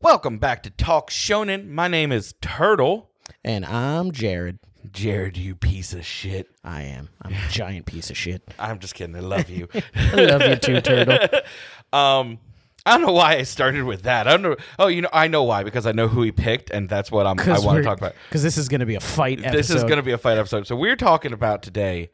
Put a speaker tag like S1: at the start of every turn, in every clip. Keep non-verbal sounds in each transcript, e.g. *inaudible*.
S1: Welcome back to Talk Shonen. My name is Turtle.
S2: And I'm Jared.
S1: Jared, you piece of shit.
S2: I am. I'm a giant piece of shit.
S1: I'm just kidding. I love you. *laughs*
S2: I love you too, turtle.
S1: um, I don't know why I started with that. I don't know. Oh, you know, I know why because I know who he picked, and that's what I'm, I want to talk
S2: *laughs*
S1: about.
S2: Because this is going to be a fight episode.
S1: This is going to be a fight episode. So we're talking about today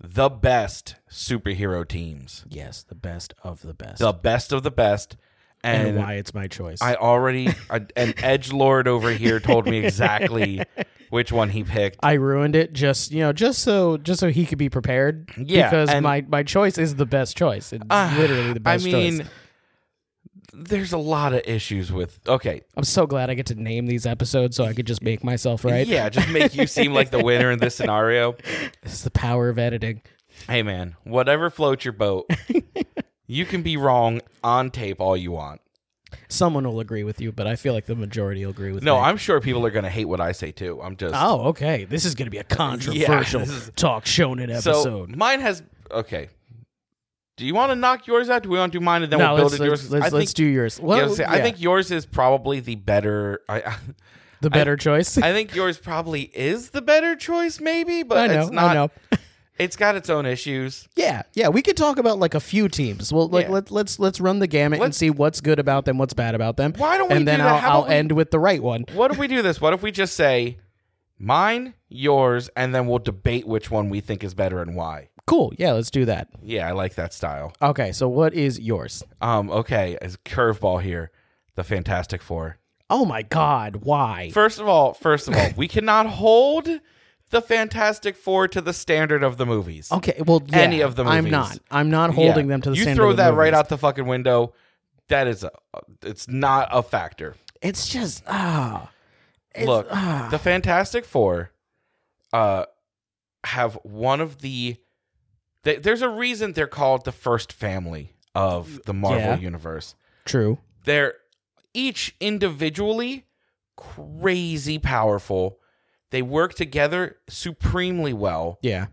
S1: the best superhero teams,
S2: Yes, the best of the best.
S1: the best of the best,
S2: and,
S1: and,
S2: why it's my choice.
S1: I already I- an edge lord over here told me *laughs* exactly which one he picked.
S2: I ruined it just you know just so just so he could be prepared.
S1: Yeah,
S2: because
S1: and- Ah,
S2: my my choice is the best choice. It's literally the best.
S1: I mean,
S2: choice.
S1: there's a lot of issues with. Okay,
S2: I'm so glad I get to name these episodes so I could just make myself right.
S1: yeah, just make you seem like the winner in
S2: *laughs*
S1: this scenario.
S2: it's the power of editing.
S1: Hey, man, whatever floats your boat, you can be wrong on tape all you want.
S2: Someone will agree with you, but I feel like the majority will agree with
S1: No,
S2: me.
S1: I'm sure people are gonna hate what I say too. I'm just
S2: Oh, okay. This is going
S1: *laughs*
S2: to be a controversial
S1: this is-
S2: talk shonen
S1: so
S2: episode.
S1: mine has okay. Do you want to knock yours out? Do we want to do mine and then
S2: no,
S1: we'll build
S2: let's,
S1: it?
S2: let's,
S1: yours?
S2: let's,
S1: I think-
S2: let's do yours.
S1: Yeah, I
S2: Well,
S1: was gonna say, I
S2: yeah,
S1: think yours is probably the better. I, I, *laughs*
S2: the better choice. *laughs*
S1: I think yours probably is the better choice, maybe, but
S2: I know.
S1: it's not.
S2: I know.
S1: It's got its own issues.
S2: Yeah, yeah. We could talk about like a few teams. Well, like
S1: Yeah.
S2: let, let's let's run the gamut and
S1: Let's-
S2: see what's good about them, what's bad about them.
S1: Why don't we
S2: And then
S1: do that?
S2: I'll,
S1: How
S2: I'll
S1: about we-
S2: end with the right one.
S1: What if we do this? What if we just say mine, yours, and then we'll debate which one we think is better and why?
S2: Cool. Yeah, let's do that.
S1: Yeah, I like that style.
S2: Okay. So what is yours?
S1: Um, okay, as curveball here, the Fantastic Four.
S2: Oh my God! Why?
S1: First of all, first of all, we cannot hold the Fantastic Four to the standard of the movies.
S2: okay. Well, yeah,
S1: Any of the
S2: I'm
S1: movies.
S2: not. I'm not holding
S1: Yeah.
S2: them to the.
S1: You
S2: standard
S1: throw
S2: of the
S1: that right
S2: movies.
S1: out the fucking window. That is a. It's not a factor.
S2: It's just ah. It's-
S1: Look,
S2: ah.
S1: the Fantastic Four, uh, have one of the. They, there's a reason they're called the first family of the Marvel
S2: Yeah.
S1: universe.
S2: True.
S1: They're each individually crazy powerful. They work together supremely well.
S2: Yeah.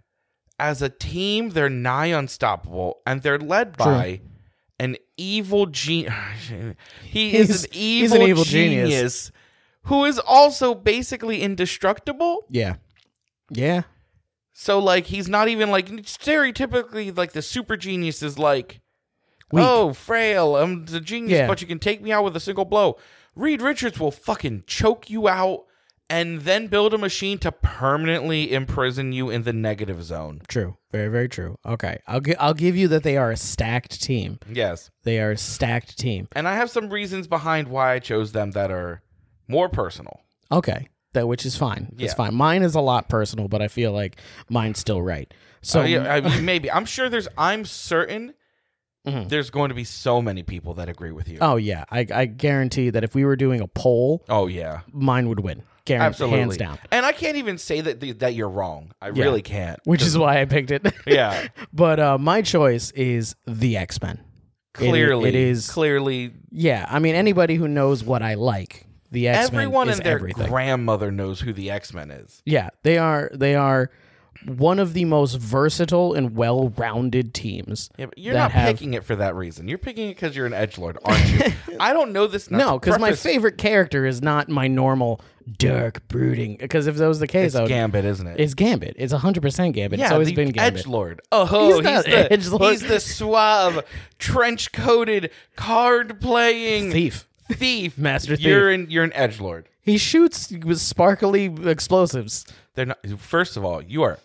S1: As a team, they're nigh unstoppable, and they're led
S2: True.
S1: by an evil genius. *laughs* he
S2: He's-
S1: is an
S2: he's
S1: evil,
S2: an evil genius.
S1: genius who is also basically indestructible.
S2: Yeah. Yeah.
S1: So like he's not even like stereotypically like the super genius is like
S2: Weak.
S1: oh frail I'm the genius
S2: Yeah.
S1: but you can take me out with a single blow. Reed Richards will fucking choke you out and then build a machine to permanently imprison you in the negative zone.
S2: True. Very very true. Okay. I'll gi- I'll give you that they are a stacked team.
S1: Yes.
S2: They are a stacked team.
S1: And I have some reasons behind why I chose them that are more personal.
S2: Okay. That which is fine.
S1: Yeah.
S2: It's fine. Mine is a lot personal, but I feel like mine's still right. So
S1: Uh, yeah, I mean, maybe I'm sure there's I'm certain
S2: Mhm.
S1: there's going to be so many people that agree with you.
S2: Oh yeah, I, I guarantee that if we were doing a poll,
S1: Oh, yeah.
S2: mine would win. Guaranteed,
S1: Absolutely.
S2: hands down.
S1: And I can't even say that the, that you're wrong. I
S2: Yeah.
S1: really can't.
S2: Which is why I picked *laughs* it.
S1: *laughs* Yeah.
S2: but uh, my choice is the X Men.
S1: Clearly.
S2: it is-
S1: clearly
S2: Yeah, I mean anybody who knows what I like, the X Men
S1: everyone
S2: is
S1: and their
S2: everything.
S1: grandmother knows who the X-Men is.
S2: Yeah, they are they are one of the most versatile and well-rounded teams.
S1: Yeah, but you're
S2: that
S1: not
S2: have-
S1: picking it for that reason. You're picking it because you're an edge lord, aren't
S2: *laughs*
S1: you? I don't know this. not
S2: No,
S1: to
S2: because my
S1: preface-
S2: favorite character is not my normal dark brooding. Because if that was the case,
S1: It's
S2: I would,
S1: Gambit, isn't it?
S2: it's Gambit. It's hundred percent Gambit. it's always been Gambit.
S1: edge lord. Oh,
S2: *laughs* He's
S1: he's,
S2: not
S1: the
S2: edgelord.
S1: he's the suave, trench coated, card playing
S2: Thief.
S1: thief.
S2: Master
S1: You're an you're an edge lord.
S2: He shoots with sparkly explosives.
S1: They're not. First of all, you are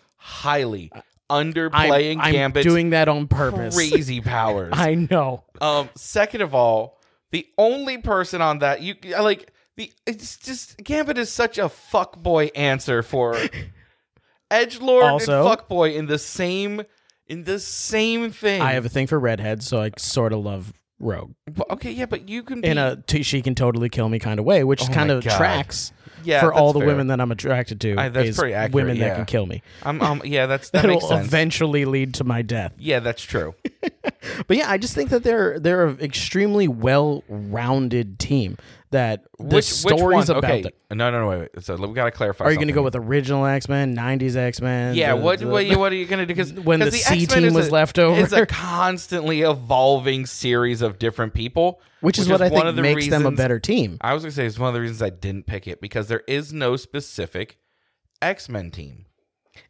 S1: highly underplaying
S2: I'm, I'm
S1: Gambit's
S2: doing that on purpose.
S1: crazy powers.
S2: *laughs* I know.
S1: um, second of all, the only person on that you like the it's just Gambit is such a fuckboy answer
S2: *laughs*
S1: for Edge Lord and
S2: Also-
S1: fuckboy in the same in the same thing.
S2: I have a thing for redheads, so I sort of love Rogue
S1: But- okay, yeah, but you can be
S2: in a t- she can totally kill me kind of way, which
S1: Oh
S2: kind
S1: my
S2: of
S1: God.
S2: tracks
S1: yeah,
S2: for all
S1: that's
S2: the
S1: fair.
S2: women that I'm attracted to.
S1: I- that's
S2: is
S1: pretty accurate,
S2: women
S1: yeah.
S2: that can kill me.
S1: I'm,
S2: *laughs*
S1: um, yeah, that's that
S2: That'll
S1: makes sense.
S2: eventually lead to my death.
S1: yeah, that's true.
S2: But yeah, I just think that they're they're an extremely well-rounded team. That the
S1: which
S2: stories
S1: which one?
S2: about
S1: okay,
S2: them.
S1: no, no, no, wait, wait. So we gotta clarify.
S2: Are you going to
S1: something.
S2: go with original X Men, '90s X Men?
S1: Yeah, what, what
S2: *laughs*
S1: you- what are you gonna do? Because
S2: When the C
S1: X-Men
S2: team
S1: is
S2: was
S1: a-
S2: left over.
S1: it's a constantly evolving series of different people,
S2: which is what I
S1: one
S2: think
S1: of the
S2: makes them a
S1: reasons-
S2: better team.
S1: I was gonna say it's one of the reasons I didn't pick it because there is no specific X Men team.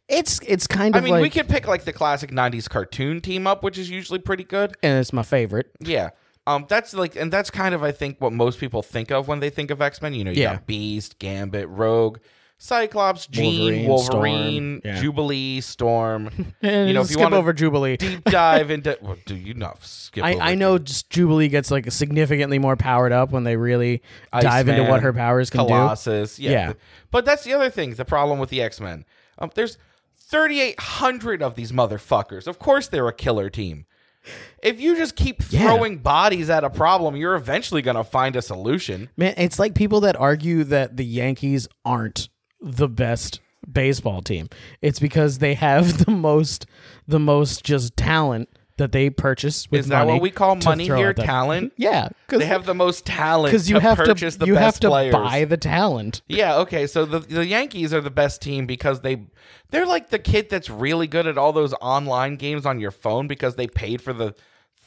S2: It's it's kind
S1: I
S2: of
S1: mean,
S2: like,
S1: we could pick like the classic '90s cartoon team up, which is usually pretty good.
S2: and eh, it's my favorite.
S1: Yeah. Um, that's like, and that's kind of, I think, what most people think of when they think of X Men. You know, you
S2: Yeah.
S1: got Beast, Gambit, Rogue, Cyclops, Jean,
S2: Wolverine, Storm.
S1: Wolverine,
S2: Yeah.
S1: Jubilee,
S2: *laughs*
S1: Storm.
S2: And
S1: you know, if you
S2: skip
S1: want
S2: over Jubilee.
S1: deep dive into, well, do you not skip?
S2: I,
S1: over
S2: I know just Jubilee gets like significantly more powered up when they really dive into
S1: Iceman,
S2: what her powers can
S1: Colossus. Yeah.
S2: Yeah.
S1: But that's the other thing, the problem with the X Men. Um, there's 3,800 of these motherfuckers. Of course, they're a killer team. If you just keep
S2: Yeah.
S1: throwing bodies at a problem, you're eventually going to find a solution.
S2: do. Man, it's like people that argue that the Yankees aren't the best baseball team. It's because they have *laughs* the most the most just talent that they purchase with
S1: Is that
S2: money
S1: what we call
S2: to
S1: money
S2: throw
S1: here?
S2: at them.
S1: Talent?
S2: Yeah,
S1: They have the most talent
S2: because you
S1: to
S2: have
S1: purchase
S2: to
S1: the
S2: you
S1: best
S2: have to
S1: players.
S2: buy the talent.
S1: Yeah, okay. So the the Yankees are the best team because they they're like the kid that's really good at all those online games on your phone because they paid for the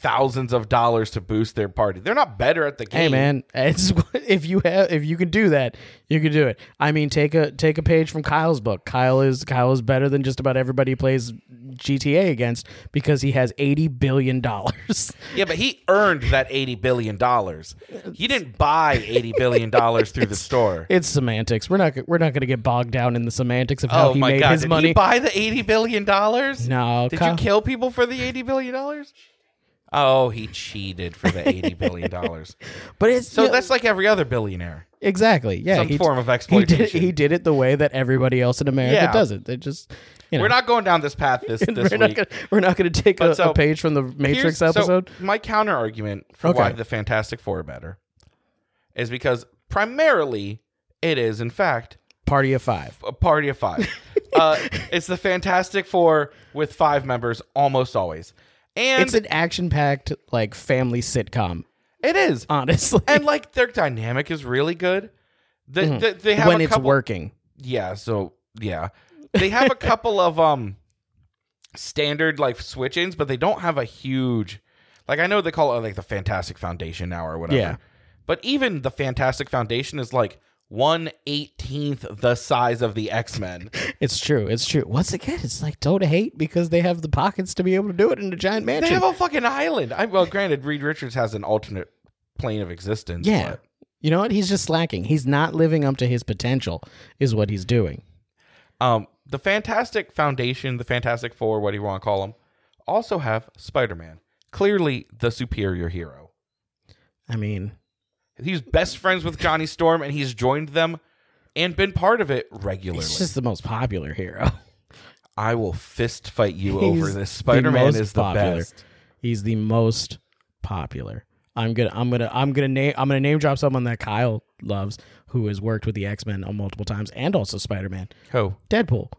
S1: thousands of dollars to boost their party. They're not better at the game.
S2: Hey man, it's *laughs* if you have if you can do that, you can do it. I mean, take a take a page from Kyle's book. Kyle is Kyle is better than just about everybody he plays GTA against because he has eighty billion dollars. *laughs*
S1: Yeah, but he earned that 80 billion dollars. He didn't buy 80 billion dollars through the store.
S2: It's semantics. We're not we're not going to get bogged down in the semantics of how
S1: Oh
S2: he
S1: my
S2: made
S1: god.
S2: his
S1: Did he
S2: money.
S1: buy the 80 billion dollars?
S2: No,
S1: Did
S2: Kyle-
S1: you kill people for the 80 billion dollars? Oh, he cheated for the 80 billion
S2: *laughs*
S1: dollars.
S2: but it's
S1: So
S2: yeah,
S1: that's like every other billionaire.
S2: exactly yeah
S1: some
S2: he-
S1: form of
S2: He did,
S1: exploitation.
S2: he did it the way that everybody else in America
S1: Yeah.
S2: does it. They just you know,
S1: We're not going down this path this, this
S2: *laughs* we're
S1: week.
S2: not gonna, we're not going to take
S1: But
S2: a,
S1: so,
S2: a page from the
S1: Here's-
S2: Matrix
S1: so
S2: episode.
S1: my counter argument for
S2: Okay.
S1: why the Fantastic Four are better is because primarily it is, in fact,
S2: Party of five.
S1: a party of five.
S2: *laughs*
S1: uh, it's the Fantastic Four with five members almost always, and
S2: it's an action-packed like family sitcom
S1: it is.
S2: honestly
S1: and like their dynamic is really good. The, the- they have
S2: Mm-hmm. when
S1: a
S2: it's
S1: couple,
S2: working
S1: yeah. So yeah, they
S2: *laughs*
S1: have a couple of um standard like switch ins, but they don't have a huge. Like I know they call it like the Fantastic Foundation now or whatever.
S2: Yeah.
S1: But even the Fantastic Foundation is like one eighteenth the size of the X
S2: *laughs*
S1: Men.
S2: it's true it's true once again it's like don't hate because they have the pockets to be able to do it in a giant
S1: They
S2: mansion
S1: have a fucking island. I well, granted, Reed Richards has an alternate plane of existence.
S2: yeah
S1: but-
S2: you know what he's just slacking he's not living up to his potential is what he's doing
S1: Um, the Fantastic Foundation, the Fantastic Four, what do you want to call them, also have Spider Man, clearly the superior hero.
S2: i mean
S1: He's best friends with Johnny Storm, and he's joined them and been part of it regularly.
S2: he's just the most popular hero
S1: I will fist fight you over this.
S2: He's the
S1: Spider Man
S2: most
S1: is the
S2: popular.
S1: best.
S2: he's the most popular i'm gonna i'm gonna i'm gonna name i'm gonna name drop someone that kyle loves who has worked with the x-men on multiple times and also spider-man
S1: Who?
S2: deadpool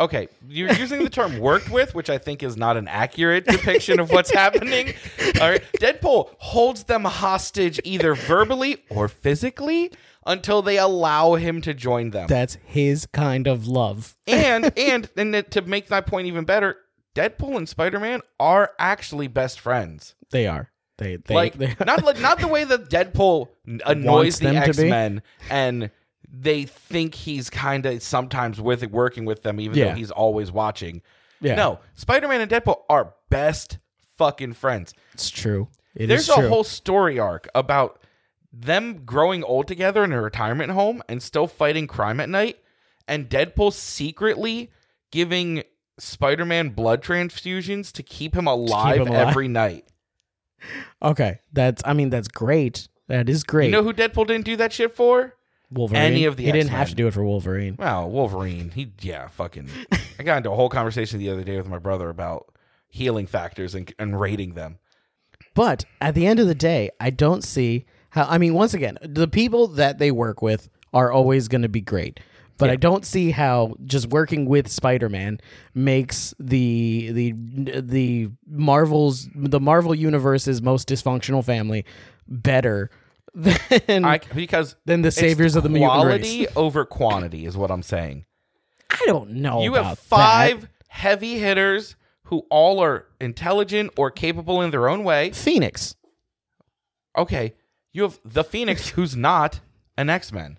S1: Okay, you're using the term "worked with," which I think is not an accurate depiction of what's happening. All right, Deadpool holds them hostage either verbally or physically until they allow him to join them.
S2: that's his kind of love
S1: and and and that- to make that point even better, Deadpool and Spider Man are actually best friends.
S2: They are. They they,
S1: like
S2: they
S1: not like not the way that Deadpool n- annoys
S2: *laughs* Wants
S1: the
S2: them to
S1: X
S2: be?
S1: Men and they think he's kind of sometimes with working with them, even though
S2: Yeah.
S1: he's always watching.
S2: *laughs* Yeah.
S1: No, Spider Man and Deadpool are best fucking friends.
S2: it's true. It is
S1: There's a
S2: true.
S1: whole story arc about them growing old together in a retirement home and still fighting crime at night, and Deadpool secretly giving Spider Man blood transfusions to keep him alive,
S2: alive.
S1: every night.
S2: Okay, that's. I mean, that's great. That is great.
S1: You know who Deadpool didn't do that shit for?
S2: Wolverine.
S1: any of the
S2: he didn't
S1: X-Men.
S2: have to do it for Wolverine.
S1: Well, Wolverine. He, yeah,
S2: *laughs*
S1: fucking. I got into a whole conversation the other day with my brother about healing factors and, and rating them.
S2: But at the end of the day, I don't see how. I mean, once again, the people that they work with are always going to be great. But I don't see how just working with Spider-Man makes the the the Marvel's the Marvel universe's most dysfunctional family better *laughs* than
S1: I,
S2: I,
S1: because
S2: Than Mm. the
S1: it's
S2: saviors of the mutant
S1: quality over quantity is what I'm saying.
S2: don't know.
S1: You
S2: about
S1: have
S2: that.
S1: five heavy hitters who all are intelligent or capable in their own way.
S2: Phoenix.
S1: Okay, you have the
S2: *laughs*
S1: Phoenix, who's not an X Men.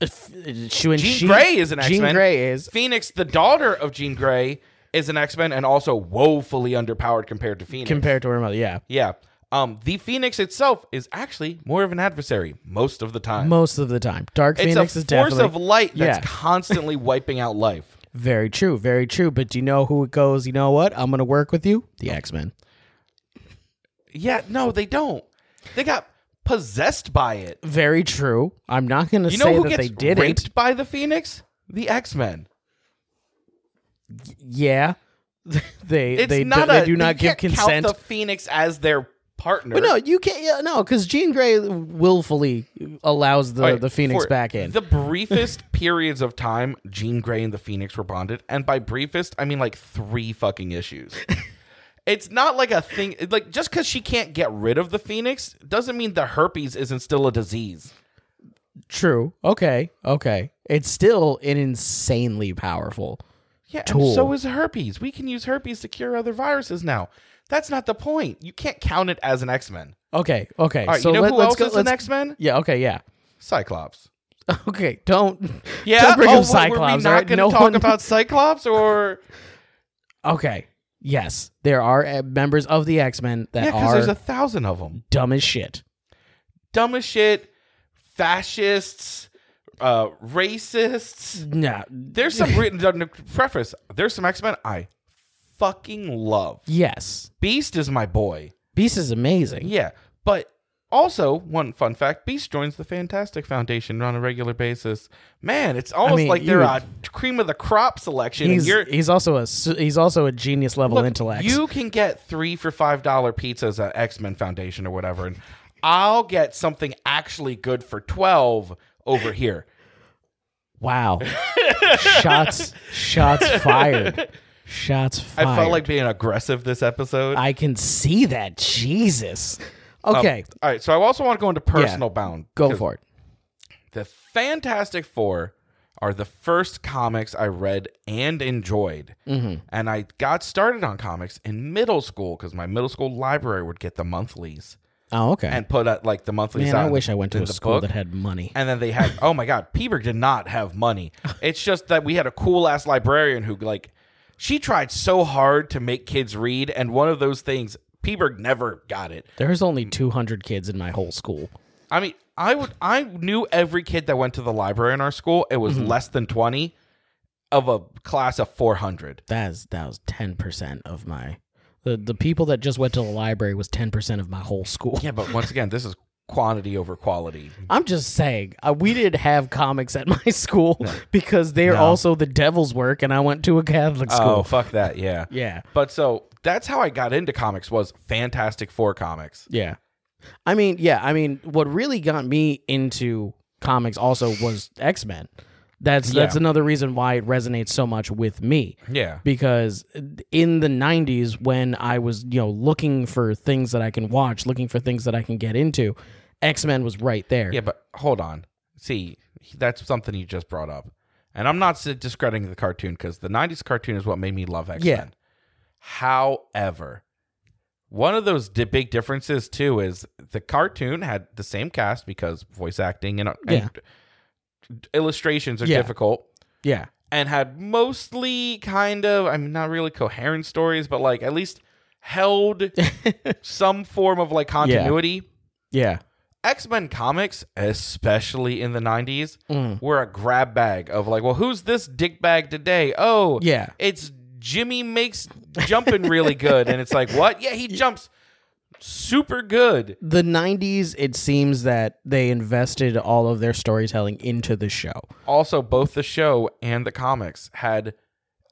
S2: Uh, Jean
S1: Jean Grey is an X Men.
S2: Jean Grey is.
S1: Phoenix, the daughter of Jean Grey, is an X Men and also woefully underpowered compared to Phoenix.
S2: compared to her mother. Yeah,
S1: yeah. Um, the Phoenix itself is actually more of an adversary most of the time.
S2: most of the time, Dark
S1: it's
S2: Phoenix
S1: a
S2: is
S1: force
S2: definitely
S1: of light that's
S2: Yeah. *laughs*
S1: constantly wiping out life.
S2: very true, very true. But do you know who it goes? You know what? I'm gonna work with you, the X Men.
S1: Yeah, no, they don't. They got possessed by it.
S2: Very true. I'm not gonna
S1: You know
S2: say
S1: who
S2: that
S1: gets
S2: they did
S1: raped
S2: it.
S1: by the Phoenix? The X Men.
S2: Yeah, *laughs* they
S1: It's
S2: they, do-
S1: not
S2: they
S1: a.
S2: do not
S1: you
S2: give
S1: can't
S2: consent.
S1: Count the Phoenix as their partner.
S2: But no, you can't. Yeah, no, because Jean Grey willfully allows the,
S1: All right,
S2: the Phoenix
S1: for
S2: back in.
S1: The briefest *laughs* periods of time Jean Grey and the Phoenix were bonded, and by briefest, I mean like three fucking issues.
S2: *laughs*
S1: it's not like a thing. Like just because she can't get rid of the Phoenix doesn't mean the herpes isn't still a disease.
S2: true. Okay. Okay. It's still an insanely powerful.
S1: Yeah, and
S2: Tool.
S1: so is herpes. We can use herpes to cure other viruses now. That's not the point. You can't count it as an X Men.
S2: Okay. Okay.
S1: All right,
S2: so
S1: you know
S2: let,
S1: who
S2: let's
S1: else
S2: go.
S1: is
S2: let's,
S1: an X Men?
S2: Yeah. Okay. Yeah. *laughs*
S1: Cyclops.
S2: Okay, don't.
S1: Yeah,
S2: don't bring
S1: oh,
S2: up
S1: were-
S2: Cyclops.
S1: Were we not
S2: all right?
S1: going to
S2: no
S1: talk
S2: one-
S1: about Cyclops or
S2: Okay, yes, there are uh, members of the X Men that
S1: yeah? Because
S2: are
S1: there's a thousand of them.
S2: dumb as shit.
S1: dumb as shit, fascists, uh, racists.
S2: No,
S1: There's
S2: *laughs*
S1: some written preface. There's some X Men I fucking love.
S2: yes,
S1: Beast is my boy.
S2: Beast is amazing.
S1: Yeah, but also one fun fact: Beast joins the Fantastic Foundation on a regular basis. Man, it's almost
S2: mean,
S1: like
S2: you
S1: they're
S2: would-
S1: a cream of the crop selection. and
S2: He's
S1: you're,
S2: he's also a su- he's also a genius level
S1: Look,
S2: intellect.
S1: You can get three for five dollar pizzas at X Men Foundation or whatever, and I'll get something actually good for twelve over here. *laughs*
S2: wow, shots shots fired, shots fired.
S1: I felt like being aggressive this episode. Um,
S2: I can see that. Jesus. Okay,
S1: All right, so I also want to go into personal bound.
S2: go
S1: Oh. 'cause
S2: for it.
S1: The Fantastic Four are the first comics I read and enjoyed.
S2: Mm-hmm.
S1: And I got started on comics in middle school because my middle school library would get the monthlies
S2: Oh, okay.
S1: and put out like the monthlies.
S2: Man, I
S1: out
S2: wish I went to
S1: in
S2: a
S1: the
S2: school
S1: book.
S2: that had money.
S1: And then they had, oh my God, Pieberg did not have money. It's just that we had a cool ass librarian who, like, she tried so hard to make kids read. And one of those things, Pieberg never got it.
S2: There's only 200 kids in my whole school.
S1: I mean, I would I knew every kid that went to the library in our school. It was less than 20 of a class of 400.
S2: That's that was ten percent of my the the people that just went to the library was ten percent of my whole school.
S1: Yeah, but once again, this is quantity over quality.
S2: I'm just saying, uh, we did have comics at my *laughs* school because they're also the devil's work, and I went to a Catholic
S1: Oh,
S2: school.
S1: fuck that. Yeah.
S2: Yeah,
S1: But so that's how I got into comics was Fantastic Four comics.
S2: yeah. I mean, yeah. I mean, what really got me into comics also was X Men. That's that's
S1: Yeah.
S2: another reason why it resonates so much with me.
S1: Yeah.
S2: because in the 90s when i was you know looking for things that i can watch looking for things that i can get into X Men was right there.
S1: Yeah, but hold on. See, that's something you just brought up. And I'm not s- discrediting the cartoon because the 90s cartoon is what made me love X Men.
S2: Yeah.
S1: However, one of those di- big differences, too, is the cartoon had the same cast because voice acting and, uh, and illustrations are
S2: Yeah.
S1: difficult
S2: yeah,
S1: and had mostly kind of, I mean, not really coherent stories, but like at least
S2: *laughs*
S1: held some form of like continuity.
S2: yeah.
S1: X Men comics, especially in the 90s,
S2: Mm.
S1: were a grab bag of like, well, who's this dickbag today? Oh,
S2: Yeah.
S1: It's Jimmy makes jumping really good. And it's like, what? Yeah,
S2: *laughs*
S1: he jumps super good.
S2: the 90s it seems that they invested all of their storytelling into the show
S1: Also, both the show and the comics had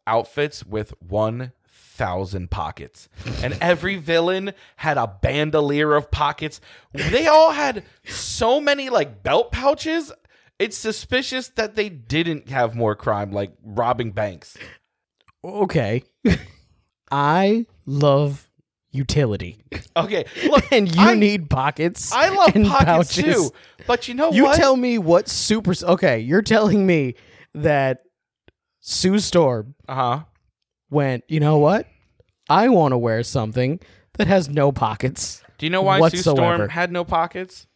S1: outfits with 1,000 pockets. And every villain had a bandolier of pockets. They all had so many like belt pouches. It's suspicious that they didn't have more crime like robbing banks.
S2: okay *laughs* i love utility
S1: Okay, look,
S2: *laughs* and you
S1: I,
S2: need pockets
S1: I love
S2: and
S1: pockets
S2: pouches.
S1: too. But you know
S2: *laughs* you
S1: what?
S2: tell me what super okay you're telling me that sue storm
S1: uh-huh.
S2: went you know what i want to wear something that has no pockets
S1: Do you know why Sue
S2: Whatsoever.
S1: Storm had no pockets?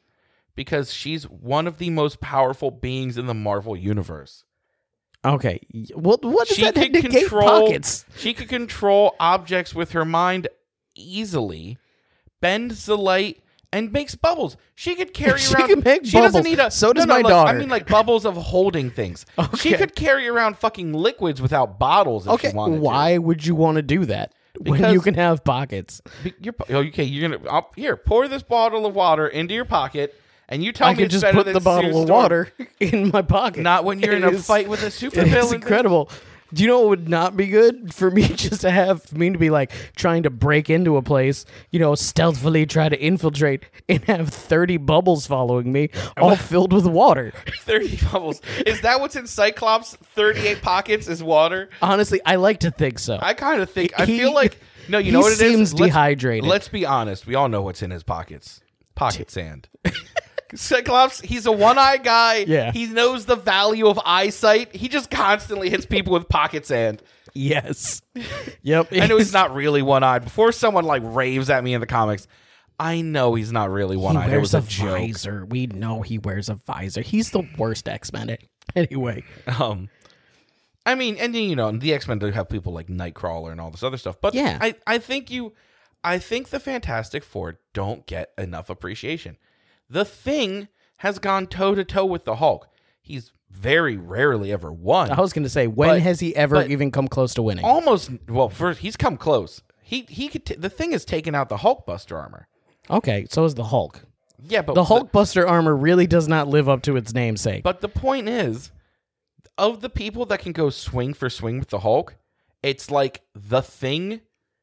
S1: Because she's one of the most powerful beings in the Marvel universe.
S2: okay y- what what does that negate pockets
S1: She could control objects with her mind easily, bends the light, and makes bubbles. She
S2: *laughs*
S1: could carry
S2: She
S1: around.
S2: can make
S1: she doesn't
S2: bubbles.
S1: need a.
S2: So does
S1: no, no,
S2: my
S1: like-
S2: daughter.
S1: I mean, like bubbles of holding
S2: *laughs*
S1: things. She
S2: Okay.
S1: could carry around fucking liquids without bottles if
S2: Okay,
S1: she wanted. to.
S2: why would you want to do that when
S1: Because-
S2: you can have pockets?
S1: Be- You're, po- oh, okay, you're gonna I'll, here. Pour this bottle of water into your pocket, and you tell
S2: I
S1: me
S2: could
S1: it's
S2: just
S1: better
S2: put
S1: than
S2: the bottle
S1: Sue
S2: of
S1: Storm.
S2: water *laughs* in my pocket.
S1: Not when you're in
S2: *laughs* It
S1: a
S2: is-
S1: fight with a super
S2: It's
S1: villain.
S2: incredible. Do you know what would not be good for me *laughs* just to have for me to be like trying to break into a place, you know, stealthily try to infiltrate and have thirty bubbles following me,
S1: *laughs*
S2: all filled with water.
S1: *laughs* Thirty bubbles. Is that what's in Cyclops? Thirty-eight pockets is water.
S2: Honestly, I like to think so.
S1: I kind of think. I
S2: He-
S1: feel like no. You
S2: he
S1: know what it is?
S2: seems
S1: Let's-
S2: dehydrated.
S1: Let's be honest. We all know what's in his pockets.
S2: *laughs*
S1: Pocket sand. Cyclops, he's a one eye guy.
S2: Yeah.
S1: He knows the value of eyesight. He just constantly hits people with pocket sand.
S2: *laughs*
S1: *laughs*
S2: yes. Yep.
S1: I
S2: *laughs*
S1: know he's not really one eyed. Before someone like raves at me in the comics, I know he's not really
S2: He
S1: one eyed. It was
S2: wears a,
S1: a joke.
S2: visor. We know he wears a visor. He's the worst X Men. *laughs* Anyway, *laughs*
S1: Um, I mean, and then, you know, the X Men do have people like Nightcrawler and all this other stuff, but
S2: Yeah.
S1: I, I think you, I think the Fantastic Four don't get enough appreciation. The Thing has gone toe to toe with the Hulk. He's very rarely ever won.
S2: I was going to say, when
S1: But-
S2: has he ever
S1: but-
S2: even come close to winning?
S1: Almost well, first he's come close. He he could. T- the Thing has taken out the Hulk Buster armor.
S2: okay, so is the Hulk.
S1: Yeah, but
S2: The Hulk Buster armor really does not live up to its namesake.
S1: But the point is, of the people that can go swing for swing with the Hulk, it's like the thing.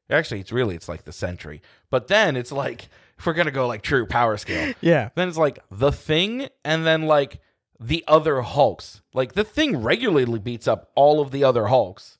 S1: Actually, it's really it's like the Sentry. But then it's like if we're gonna go like true power
S2: *laughs*
S1: scale,
S2: yeah,
S1: then it's like the thing, and then like the other Hulks. Like the thing regularly beats up all of the other Hulks.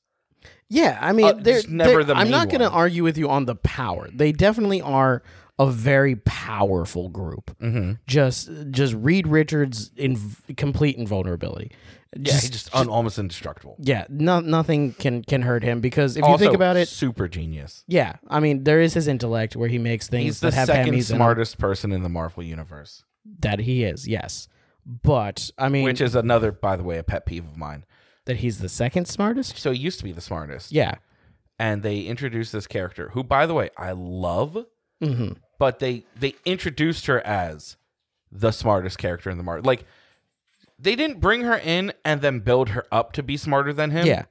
S2: yeah. I mean,
S1: Uh,
S2: they're,
S1: just never
S2: they're-
S1: the
S2: I'm
S1: main
S2: not going to
S1: one.
S2: argue with you on the power. They definitely are a very powerful group.
S1: Mm-hmm.
S2: Just, just Reed Richards in complete invulnerability.
S1: Yeah, he's just un- almost indestructible.
S2: yeah. No, nothing can can hurt him because if
S1: Also,
S2: you think about it,
S1: super genius.
S2: Yeah, I mean, there is his intellect where he makes things
S1: He's the
S2: that have
S1: second
S2: hemis in 'em.
S1: smartest person in the Marvel universe.
S2: That he is, yes. But I mean,
S1: Which is another, by the way, a pet peeve of mine.
S2: that he's the second smartest.
S1: So he used to be the smartest.
S2: Yeah.
S1: and they introduced this character who by the way i love
S2: hmm
S1: but they they introduced her as the smartest character in the market like they didn't bring her in and then build her up to be smarter than him
S2: Yeah.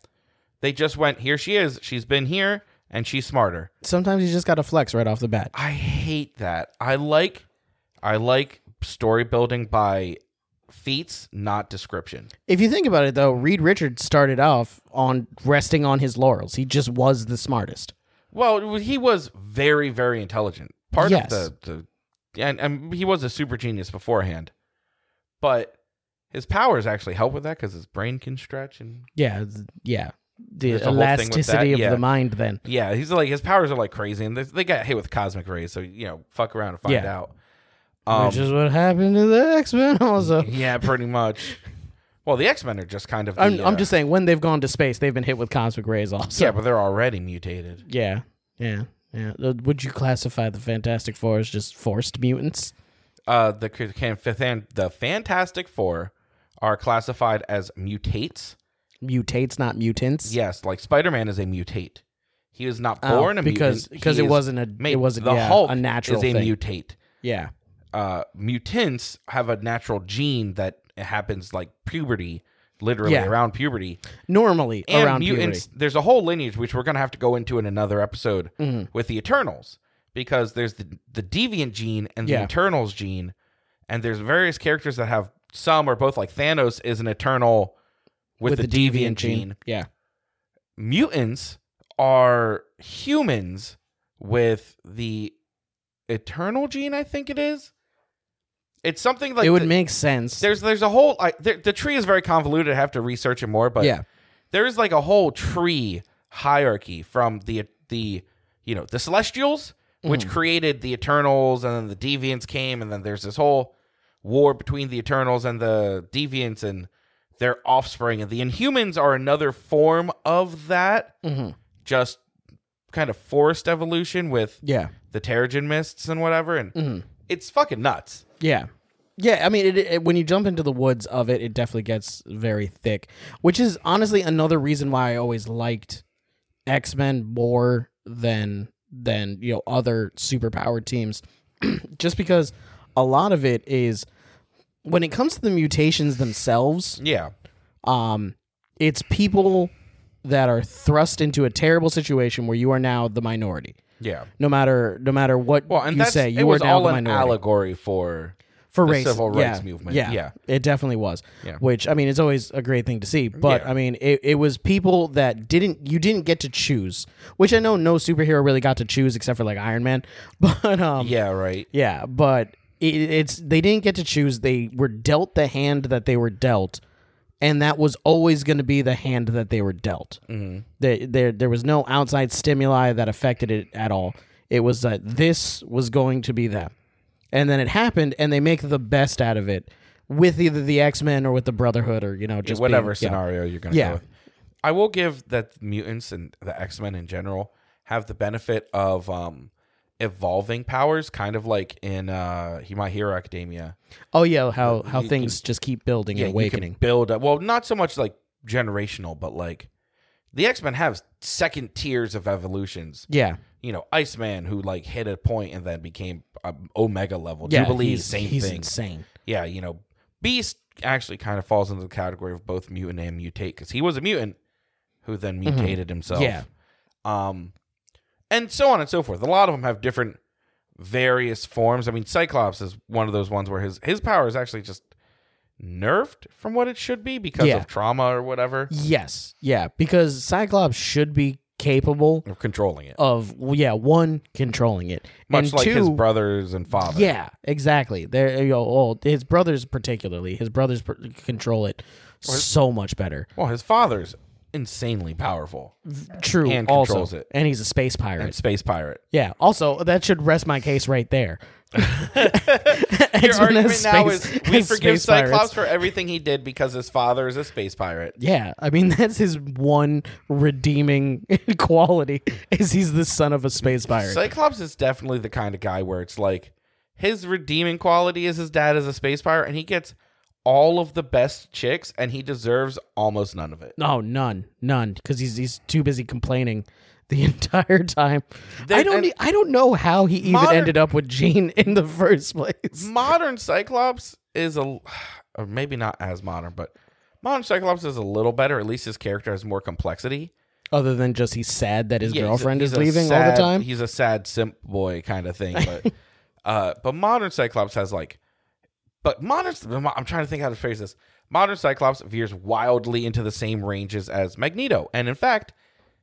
S1: they just went here she is she's been here and she's smarter
S2: Sometimes you just got to flex right off the bat.
S1: i hate that i like i like story building by feats not description
S2: If you think about it, though, Reed Richards started off on resting on his laurels. He just was the smartest.
S1: Well, he was very, very intelligent. Part of
S2: Yes.
S1: the, the and, and he was a super genius beforehand, but his powers actually help with that because his brain can stretch and
S2: Yeah, th- yeah. The
S1: There's a whole thing with that,
S2: elasticity of
S1: yeah.
S2: the mind. Then
S1: yeah, he's like his powers are like crazy and they, they got hit with cosmic rays, so you know fuck around and find
S2: Yeah.
S1: out. Um,
S2: which is what happened to the X Men. *laughs* Also,
S1: *laughs* yeah, pretty much. Well, the X Men are just kind of.
S2: I'm,
S1: the,
S2: I'm
S1: uh,
S2: just saying when they've gone to space, they've been hit with cosmic rays. Also,
S1: Yeah, but they're already mutated.
S2: yeah, yeah, yeah. Uh, Would you classify the Fantastic Four as just forced mutants?
S1: Uh, the c- can- fifth and the Fantastic Four are classified as mutates.
S2: Mutates, not mutants.
S1: Yes, like Spider Man is a mutate. He was not
S2: Oh,
S1: born a
S2: because
S1: mutant
S2: because
S1: He
S2: it
S1: is
S2: wasn't a
S1: made.
S2: it wasn't
S1: the
S2: yeah,
S1: Hulk
S2: a natural
S1: is a
S2: thing.
S1: mutate.
S2: yeah,
S1: uh, mutants have a natural gene that happens like puberty, literally
S2: Yeah.
S1: around puberty.
S2: normally
S1: And
S2: around
S1: mutants, there's a whole lineage which we're going to have to go into in another episode
S2: Mm-hmm.
S1: with the Eternals because there's the, the deviant gene and the
S2: Yeah.
S1: Eternals gene, and there's various characters that have some or both. Like Thanos is an Eternal with, the, deviant, gene.
S2: Yeah,
S1: Mutants are humans with the Eternal gene. I think it is. It's something like
S2: it would
S1: the-
S2: make sense.
S1: there's there's a whole I, there, the tree is very convoluted. I have to research it more, but
S2: yeah,
S1: there is like a whole tree hierarchy from the the you know the Celestials,
S2: Mm-hmm.
S1: which created the Eternals, and then the Deviants came, and then there's this whole war between the Eternals and the Deviants and their offspring, and the Inhumans are another form of that,
S2: Mhm.
S1: just kind of forced evolution with
S2: yeah,
S1: the Terrigen mists and whatever, and
S2: Mhm.
S1: it's fucking nuts.
S2: yeah. Yeah, I mean, it, it, when you jump into the woods of it, it definitely gets very thick, which is honestly another reason why I always liked X Men more than than you know other superpowered teams, *clears throat* just because a lot of it is when it comes to the mutations themselves.
S1: Yeah,
S2: um, it's people that are thrust into a terrible situation where you are now the minority.
S1: yeah.
S2: No matter no matter what
S1: Well, and
S2: you
S1: that's,
S2: say,
S1: it
S2: you are
S1: was
S2: now
S1: all
S2: the
S1: an
S2: minority
S1: allegory for
S2: for
S1: the
S2: race,
S1: civil rights
S2: yeah,
S1: movement.
S2: Yeah,
S1: Yeah.
S2: it definitely was.
S1: Yeah.
S2: Which I mean, it's always a great thing to see. But
S1: Yeah.
S2: I mean, it, it was people that didn't you didn't get to choose. Which I know no superhero really got to choose except for like Iron Man. *laughs* But um,
S1: yeah, right.
S2: Yeah, but it, it's they didn't get to choose. They were dealt the hand that they were dealt, and that was always going to be the hand that they were dealt. Mm-hmm. They, there, there was no outside stimuli that affected it at all. It was that this was going to be them, and then it happened, and they make the best out of it with either the X Men or with the Brotherhood or you know just
S1: Whatever
S2: being- yeah.
S1: scenario you're going to
S2: Yeah.
S1: go with. I will give that mutants and the X Men in general have the benefit of um, evolving powers, kind of like in uh, My Hero Academia.
S2: Oh yeah, how how
S1: You
S2: things just keep building and
S1: you can
S2: awakening.
S1: build up. Well, not so much like generational, but like the X Men have second tiers of evolutions.
S2: Yeah,
S1: You know, Iceman, who like hit a point and then became um, Omega level.
S2: yeah,
S1: Jubilee,
S2: he's,
S1: same
S2: he's
S1: thing.
S2: insane.
S1: yeah, you know, Beast actually kind of falls into the category of both mutant and mutate because he was a mutant who then mutated himself.
S2: Mm-hmm. Yeah.
S1: Um, and so on and so forth. A lot of them have different, various forms. I mean, Cyclops is one of those ones where his his power is actually just nerfed from what it should be because
S2: Yeah.
S1: of trauma or whatever
S2: Yes, yeah, because Cyclops should be capable
S1: of controlling it,
S2: of well, yeah, one controlling it,
S1: much
S2: Oh, and
S1: like
S2: two,
S1: his brothers and father.
S2: Yeah, exactly. There you go. Oh, his brothers particularly, his brothers pr- control it so much better.
S1: Well, his father's insanely powerful
S2: True,
S1: and
S2: also,
S1: controls it.
S2: and he's a space pirate.
S1: and space pirate.
S2: yeah. Also, that should rest my case right
S1: *laughs*
S2: there. *laughs*
S1: Your
S2: X-Men
S1: argument
S2: as
S1: now
S2: space- *laughs*
S1: is we
S2: as
S1: forgive
S2: space pirates.
S1: Cyclops for everything he did because his father is a space pirate.
S2: Yeah, I mean *laughs* that's his one redeeming *laughs* quality is he's the son of a space pirate.
S1: Cyclops is definitely the kind of guy where it's like his redeeming quality is his dad is a space pirate and he gets all of the best chicks and he deserves almost none of it.
S2: No, Oh, none, none, because he's he's too busy complaining the *laughs* entire time. I
S1: There-
S2: don't
S1: and-
S2: e- I don't know how he even
S1: Modern- Mm-hmm.
S2: ended up with Jean in the first place.
S1: Modern Cyclops is a or maybe not as modern, but modern Cyclops is a little better. At least his character has more complexity.
S2: Other than just he's sad that his
S1: Yeah, he's a-
S2: girlfriend
S1: he's
S2: is
S1: a
S2: leaving all
S1: sad-
S2: the time.
S1: He's a sad simp boy kind of thing,
S2: *laughs*
S1: but uh, but modern Cyclops has like, but modern. I'm trying to think how to phrase this. Modern Cyclops veers wildly into the same ranges as Magneto, and in fact,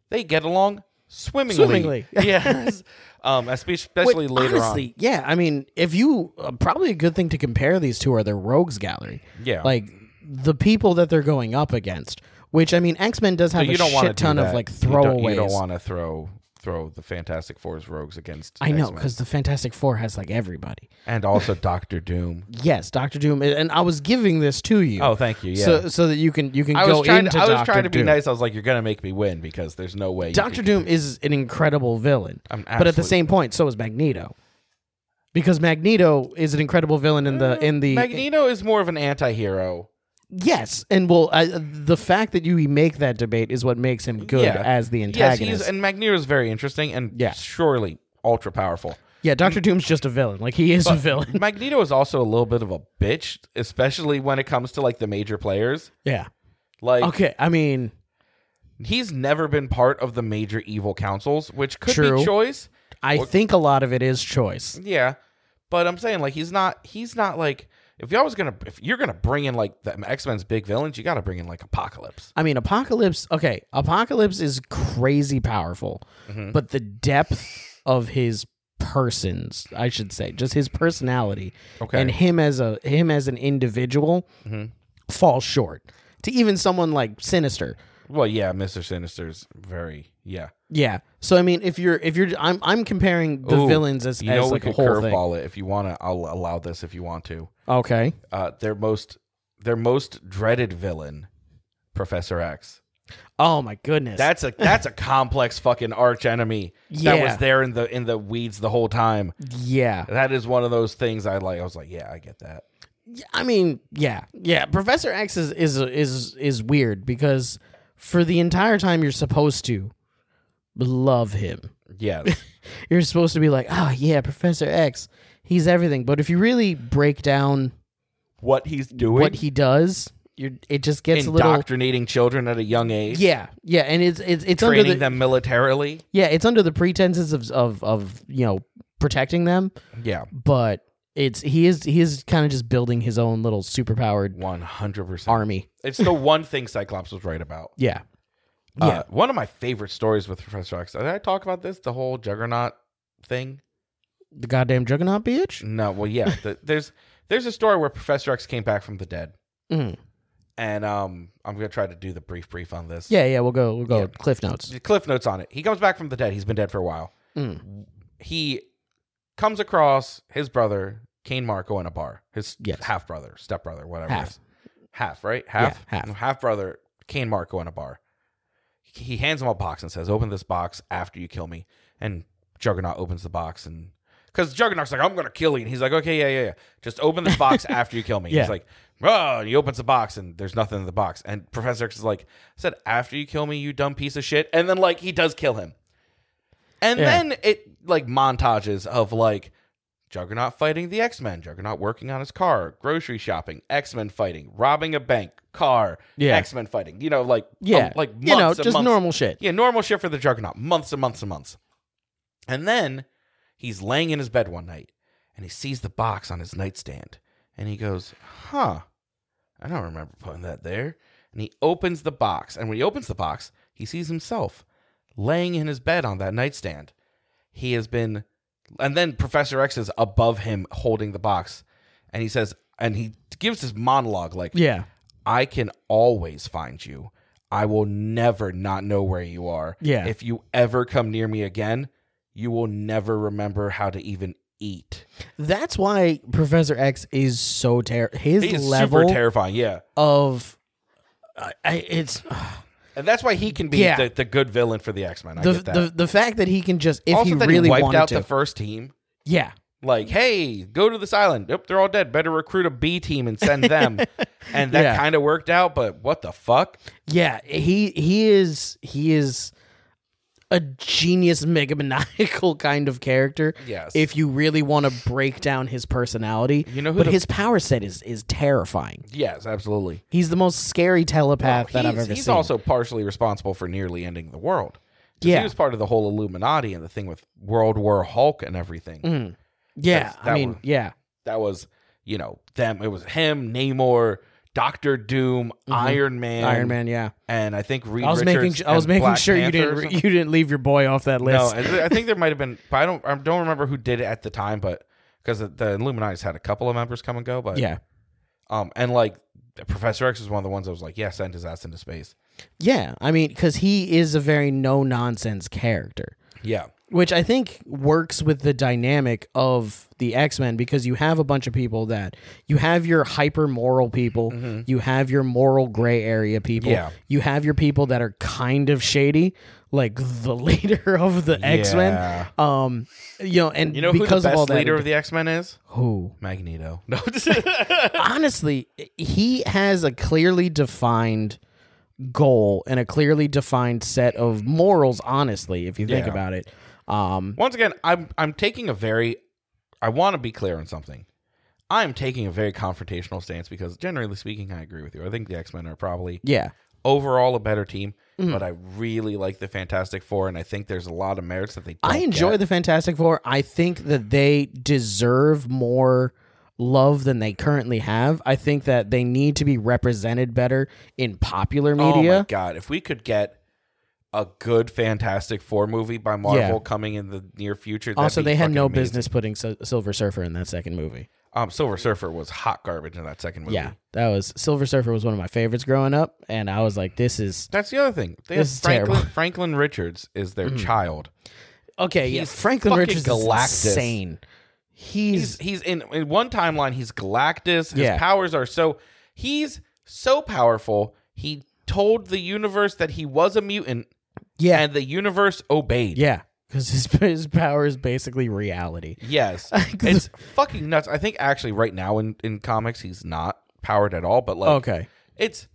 S1: they get along swimmingly.
S2: Swimmingly.
S1: *laughs*
S2: *laughs*
S1: yes. Um, espe- especially
S2: Wait,
S1: later
S2: honestly, yeah. I mean, if you uh, probably a good thing to compare these two are their rogues gallery.
S1: Yeah.
S2: like the people that they're going up against. Which I mean, X Men does
S1: on.
S2: have
S1: So
S2: a
S1: you don't want to
S2: shit ton of like throwaways.
S1: You don't, want to throw throw the Fantastic Four's rogues against.
S2: I know
S1: X-Men.
S2: because the Fantastic Four has like everybody.
S1: and also Doctor
S2: *laughs*
S1: Doom.
S2: Yes, Doctor Doom, and I was giving this to you.
S1: Oh, thank you. Yeah.
S2: so so that you can you can
S1: I
S2: go
S1: was trying.
S2: into
S1: To, I was
S2: Doctor
S1: trying to be
S2: Doom.
S1: nice. I was like, "You're gonna make me win because there's no way." you
S2: Doctor
S1: could-
S2: Doom is an incredible villain,
S1: An
S2: but at the
S1: absolute
S2: same point, so is Magneto, because Magneto is an incredible villain in the in the
S1: Mm, Magneto is more of an anti-hero.
S2: yes, and well, I, the fact that you make that debate is what makes him good
S1: Yeah.
S2: as the
S1: Yes,
S2: antagonist.
S1: he's and Magneto is very interesting and
S2: Yeah.
S1: surely ultra
S2: *laughs*
S1: powerful.
S2: yeah, Doctor Doom's just a villain. Like he is a villain.
S1: Magneto is also a little bit of a bitch, especially when it comes to like the major players.
S2: yeah.
S1: Like
S2: Okay. I mean,
S1: he's never been part of the major evil councils, which could
S2: True.
S1: be choice.
S2: I think a lot of it is choice.
S1: Yeah, but I'm saying like he's not. He's not like if y'all was gonna if you're gonna bring in like the X Men's big villains, you got to bring in like Apocalypse.
S2: I mean, Apocalypse. Okay, Apocalypse is crazy powerful,
S1: Mm-hmm.
S2: but the depth of his persons, I should say, just his personality,
S1: Okay. Mm-hmm.
S2: and him as a him as an individual, falls short to even someone like Sinister.
S1: Well, yeah, Mister Sinister's very yeah.
S2: Yeah. So I mean, if you're if you're, I'm I'm comparing the
S1: Ooh,
S2: villains as,
S1: you
S2: as
S1: know
S2: like
S1: we
S2: a
S1: could
S2: whole thing.
S1: curveball it if you want to. I'll allow this if you want to.
S2: Okay.
S1: Uh, their most their most dreaded villain, Professor X.
S2: Oh my goodness.
S1: That's a that's a complex fucking arch enemy that
S2: Yeah.
S1: was there in the in the weeds the whole time.
S2: yeah.
S1: That is one of those things I like. I was like, yeah, I get that.
S2: I mean, yeah, yeah. Professor X is is is is weird because for the entire time you're supposed to love him. *laughs*
S1: Yeah,
S2: You're supposed to be like, oh yeah, Professor X, he's everything. But if you really break down
S1: what he's doing,
S2: what he does, you're it just gets a little.
S1: indoctrinating children at a young age,
S2: Yeah, yeah, and it's it's it's under
S1: training
S2: the
S1: them militarily.
S2: yeah it's under the pretenses of of of you know protecting them,
S1: Yeah,
S2: but it's he is he is kind of just building his own little superpowered
S1: one hundred percent.
S2: army.
S1: It's the one thing Cyclops was right about.
S2: Yeah,
S1: Uh,
S2: Yeah.
S1: one of my favorite stories with Professor X. Did I talk about this? The whole Juggernaut thing.
S2: the goddamn juggernaut bitch.
S1: No, well, yeah.
S2: *laughs*
S1: the, there's there's a story where Professor X came back from the dead, Mm-hmm.
S2: Mhm.
S1: and um, I'm gonna try to do the brief brief on this.
S2: Yeah, yeah, we'll go. We'll go.
S1: Yeah. Oh,
S2: Cliff notes.
S1: The cliff notes on it. He comes back from the dead. He's been dead for a while.
S2: Mm.
S1: He comes across his brother, Kane Marco, in a bar. His
S2: Yes.
S1: half brother, step brother, whatever.
S2: Half.
S1: It is. Half, right? Half?
S2: Yeah, half.
S1: brother, Kane Marco, in a bar. He hands him a box and says, Open this box after you kill me. And Juggernaut opens the box and. Because Juggernaut's like, I'm going to kill you. And he's like, okay, yeah, yeah, yeah. Just open this
S2: *laughs*
S1: box after you kill me.
S2: Yeah.
S1: He's like, oh, and he opens the box and there's nothing in the box. And Professor X is like, I said, after you kill me, you dumb piece of shit. And then, like, he does kill him. And
S2: Yeah.
S1: then it like montages of like Juggernaut fighting the X Men, Juggernaut working on his car, grocery shopping, X Men fighting, robbing a bank, car,
S2: Yeah.
S1: X Men fighting. You know, like
S2: Yeah,
S1: um, like months
S2: you know,
S1: and
S2: just
S1: months.
S2: normal shit.
S1: Yeah, normal shit for the Juggernaut. Months and months and months. And then he's laying in his bed one night and he sees the box on his nightstand and he goes, huh, I don't remember putting that there. And he opens the box. And when he opens the box, he sees himself laying in his bed on that nightstand. He has been, and then Professor X is above him holding the box. And he says, and he gives this monologue like,
S2: Yeah,
S1: I can always find you. I will never not know where you are.
S2: Yeah.
S1: If you ever come near me again, you will never remember how to even eat.
S2: that's why Professor X is so ter. His
S1: He is
S2: level
S1: super terrifying. Yeah.
S2: of, I, I,
S1: *sighs*
S2: it's
S1: And that's why he can be
S2: Yeah.
S1: the, the good villain for the X Men. I
S2: the,
S1: get that.
S2: the the fact that he can just if
S1: also,
S2: he
S1: that
S2: really
S1: he wiped
S2: wanted
S1: out
S2: to.
S1: the first team.
S2: yeah,
S1: Like, hey, go to this island. Nope, they're all dead. Better recruit a B team and send
S2: *laughs*
S1: them. and that
S2: Yeah.
S1: kind of worked out, but what the fuck?
S2: yeah. He he is he is a genius megamaniacal *laughs* kind of character.
S1: Yes.
S2: If you really want to break down his personality,
S1: You know who
S2: but
S1: the-
S2: his power set is is terrifying.
S1: Yes, absolutely.
S2: He's the most scary telepath that I've
S1: he's,
S2: ever
S1: he's
S2: seen.
S1: also partially responsible for nearly ending the world. 'Cause
S2: Yeah.
S1: He was part of the whole Illuminati and the thing with World War Hulk and everything.
S2: Mm-hmm. yeah,
S1: That's-
S2: I
S1: that
S2: mean,
S1: one.
S2: yeah.
S1: That was, you know, them. It was him, Namor, Doctor Doom, Iron Man,
S2: Mm-hmm. Iron Man, yeah.
S1: and I think Reed
S2: I was making
S1: Richards
S2: I was
S1: and
S2: making
S1: Black
S2: sure you
S1: Panther
S2: didn't
S1: or
S2: re-
S1: something.
S2: you didn't leave your boy off that *laughs* list.
S1: No, I th- I think there might have been, but I don't I don't remember who did it at the time, but because the Illuminati's had a couple of members come and go, but
S2: yeah.
S1: um, and like Professor X was one of the ones I was like, yeah, send his ass into space.
S2: Yeah, I mean cuz he is a very no nonsense character.
S1: Yeah.
S2: which I think works with the dynamic of the X Men because you have a bunch of people that you have your hyper moral people, you have your moral gray area people,
S1: Mm-hmm. Yeah.
S2: you have your people that are kind of shady, like the *laughs* leader of the X
S1: Yeah.
S2: Men. Um, you know, and
S1: You know
S2: because
S1: who the
S2: of all
S1: best
S2: that,
S1: leader of the X Men is?
S2: who
S1: Magneto. No.
S2: honestly, he has a clearly defined goal and a clearly defined set of morals. Honestly, if you think
S1: Yeah.
S2: about it, um,
S1: *laughs* Once again, I'm I'm taking a very I want to be clear on something. I'm taking a very confrontational stance because generally speaking, I agree with you. I think the X Men are probably
S2: yeah.
S1: overall a better team,
S2: Mm.
S1: but I really like the Fantastic Four, and I think there's a lot of merits that they. Don't
S2: I enjoy
S1: get.
S2: the Fantastic Four. I think that they deserve more love than they currently have. I think that they need to be represented better in popular
S1: Oh my
S2: media.
S1: god! If we could get a good Fantastic Four movie by Marvel coming in the near future, that'd
S2: also,
S1: be
S2: they had
S1: fucking
S2: no
S1: amazing.
S2: business putting Sil- Silver Surfer in that second movie.
S1: Um, Silver Surfer was hot garbage in that second movie.
S2: Yeah, that was Silver Surfer was one of my favorites growing up, and I was like, "This is
S1: That's the other thing. They have
S2: This is terrible. Mm-hmm.
S1: Franklin, Franklin Richards is their child.
S2: okay." Yeah,
S1: He's
S2: Franklin
S1: fucking
S2: Richards
S1: Galactus.
S2: is insane. He's,
S1: He's he's in in one timeline. He's Galactus. His
S2: Yeah.
S1: powers are so he's so powerful. He told the universe that he was a mutant,
S2: yeah,
S1: and the universe obeyed.
S2: yeah, because his *laughs* his power is basically reality. *laughs*
S1: Yes, it's fucking nuts. I think actually right now in in comics he's not powered at all, but like
S2: Okay.
S1: it's